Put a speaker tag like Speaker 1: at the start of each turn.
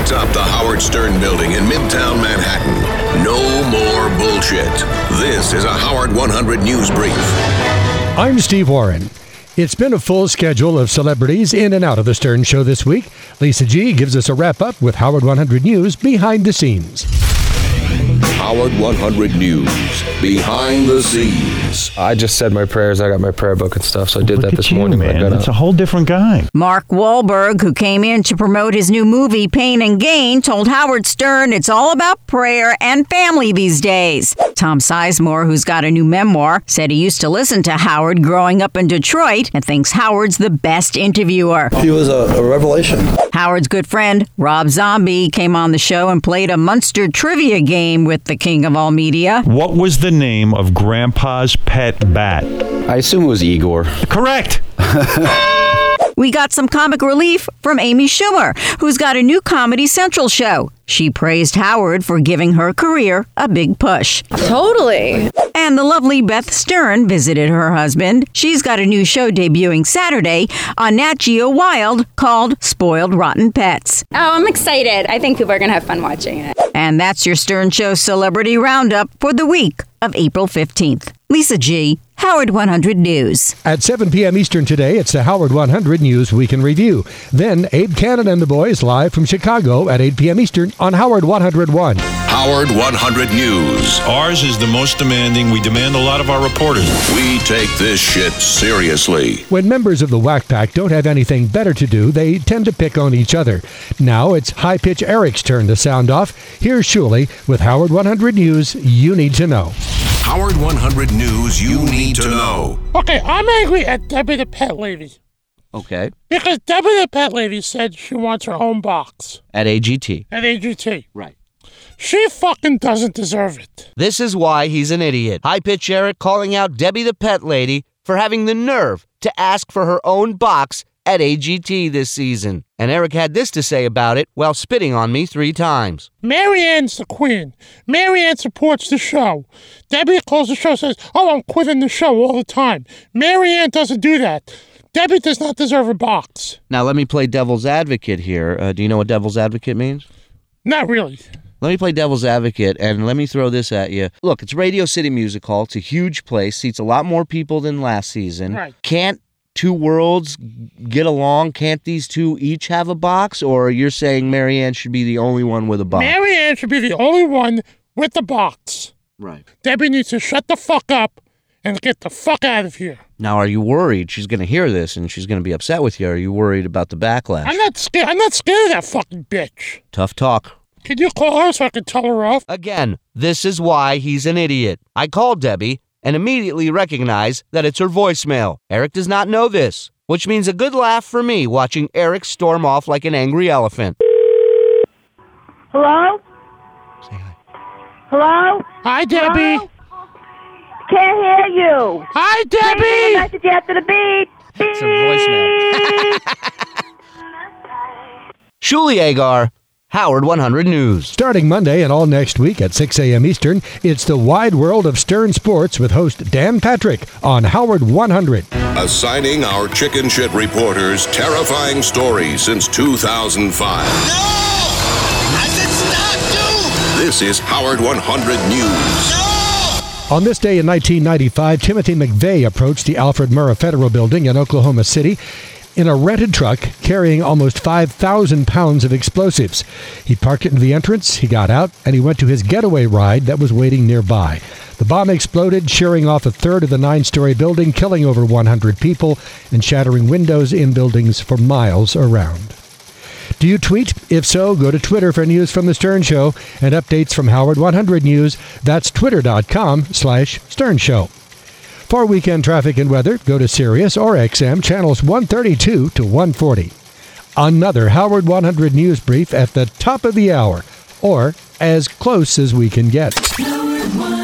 Speaker 1: atop the Howard Stern building in Midtown Manhattan. No more bullshit. This is a Howard 100 News Brief.
Speaker 2: I'm Steve Warren. It's been a full schedule of celebrities in and out of the Stern Show this week. Lisa G gives us a wrap up with Howard 100 News behind the scenes.
Speaker 1: Howard 100 News. Behind the scenes.
Speaker 3: I just said my prayers. I got my prayer book and stuff, so I did
Speaker 4: Look
Speaker 3: that
Speaker 4: at
Speaker 3: this
Speaker 4: you,
Speaker 3: morning. when I
Speaker 4: man.
Speaker 3: got
Speaker 4: That's
Speaker 3: up.
Speaker 4: a whole different guy.
Speaker 5: Mark Wahlberg, who came in to promote his new movie Pain and Gain, told Howard Stern it's all about prayer and family these days. Tom Sizemore, who's got a new memoir, said he used to listen to Howard growing up in Detroit and thinks Howard's the best interviewer.
Speaker 6: He was a, a revelation.
Speaker 5: Howard's good friend, Rob Zombie, came on the show and played a Munster trivia game with the king of all media.
Speaker 4: What was the name of Grandpa's pet bat?
Speaker 7: I assume it was Igor.
Speaker 4: Correct.
Speaker 5: We got some comic relief from Amy Schumer, who's got a new Comedy Central show. She praised Howard for giving her career a big push.
Speaker 8: Totally. Oh,
Speaker 5: And the lovely Beth Stern visited her husband. She's got a new show debuting Saturday on Nat Geo Wild called Spoiled Rotten Pets.
Speaker 8: Oh, I'm excited. I think people are going to have fun watching it.
Speaker 5: And that's your Stern Show Celebrity Roundup for the week of April 15th. Lisa G., Howard 100 News.
Speaker 2: At 7 p.m. Eastern today, it's the Howard 100 News Week in Review. Then Abe Cannon and the boys live from Chicago at 8 p.m. Eastern on Howard 101.
Speaker 1: Howard 100 News.
Speaker 9: Ours is the most demanding. We demand a lot of our reporters.
Speaker 1: We take this shit seriously.
Speaker 2: When members of the Whack Pack don't have anything better to do, they tend to pick on each other. Now it's High Pitch Eric's turn to sound off. Here's Shuley with Howard 100 News You Need to Know.
Speaker 1: Howard 100 News you need to know.
Speaker 10: Okay, I'm angry at Debbie the Pet Lady
Speaker 7: Okay.
Speaker 10: because Debbie the Pet Lady said she wants her own box
Speaker 7: At AGT.
Speaker 10: at AGT.
Speaker 7: Right.
Speaker 10: She fucking doesn't deserve it.
Speaker 11: This is why he's an idiot. High pitch Eric calling out Debbie the pet lady for having the nerve to ask for her own box at AGT this season. And Eric had this to say about it while spitting on me three times.
Speaker 10: Marianne's the queen. Marianne supports the show. Debbie calls the show, says, "Oh, I'm quitting the show all the time." Marianne doesn't do that. Debbie does not deserve a box.
Speaker 11: Now, let me play devil's advocate here. Uh, do you know what devil's advocate means?
Speaker 10: Not really.
Speaker 11: Let me play devil's advocate and let me throw this at you. Look, it's Radio City Music Hall. It's a huge place, seats a lot more people than last season.
Speaker 10: Right.
Speaker 11: Can't two worlds get along? Can't these two each have a box? Or you're saying Marianne should be the only one with a box?
Speaker 10: Marianne should be the only one with the box.
Speaker 11: right.
Speaker 10: Debbie needs to shut the fuck up and get the fuck out of here.
Speaker 11: Now, are you worried? She's going to hear this and she's going to be upset with you. Are you worried about the backlash?
Speaker 10: I'm not scared. I'm not scared of that fucking bitch.
Speaker 11: Tough talk.
Speaker 10: Can you call her so I can tell her off?
Speaker 11: Again, this is why he's an idiot. I called Debbie and immediately recognize that it's her voicemail. Eric does not know this, which means a good laugh for me watching Eric storm off like an angry elephant.
Speaker 8: Hello? Hello?
Speaker 10: Hi, Debbie.
Speaker 8: Can't hear you.
Speaker 10: Hi, Debbie.
Speaker 8: message after the beep.
Speaker 7: It's a voicemail.
Speaker 11: Shuli Agar, Howard 100 News.
Speaker 2: Starting Monday and all next week at 6 a.m. Eastern, it's the Wide World of Stern Sports with host Dan Patrick on Howard 100.
Speaker 1: Assigning our chicken shit reporters terrifying stories since 2005.
Speaker 9: No! I said stop,
Speaker 1: This is Howard 100 News.
Speaker 9: dude! No!
Speaker 2: On this day in 1995, Timothy McVeigh approached the Alfred Murrah Federal Building in Oklahoma City in a rented truck carrying almost 5,000 pounds of explosives. He parked it in the entrance, he got out, and he went to his getaway ride that was waiting nearby. The bomb exploded, shearing off a third of the nine story building, killing over 100 people, and shattering windows in buildings for miles around. Do you tweet? If so, go to Twitter for news from The Stern Show and updates from Howard 100 News. That's twitter.com slash Stern Show. For weekend traffic and weather, go to Sirius or XM channels 132 to 140. Another Howard 100 News brief at the top of the hour, or as close as we can get.
Speaker 1: Howard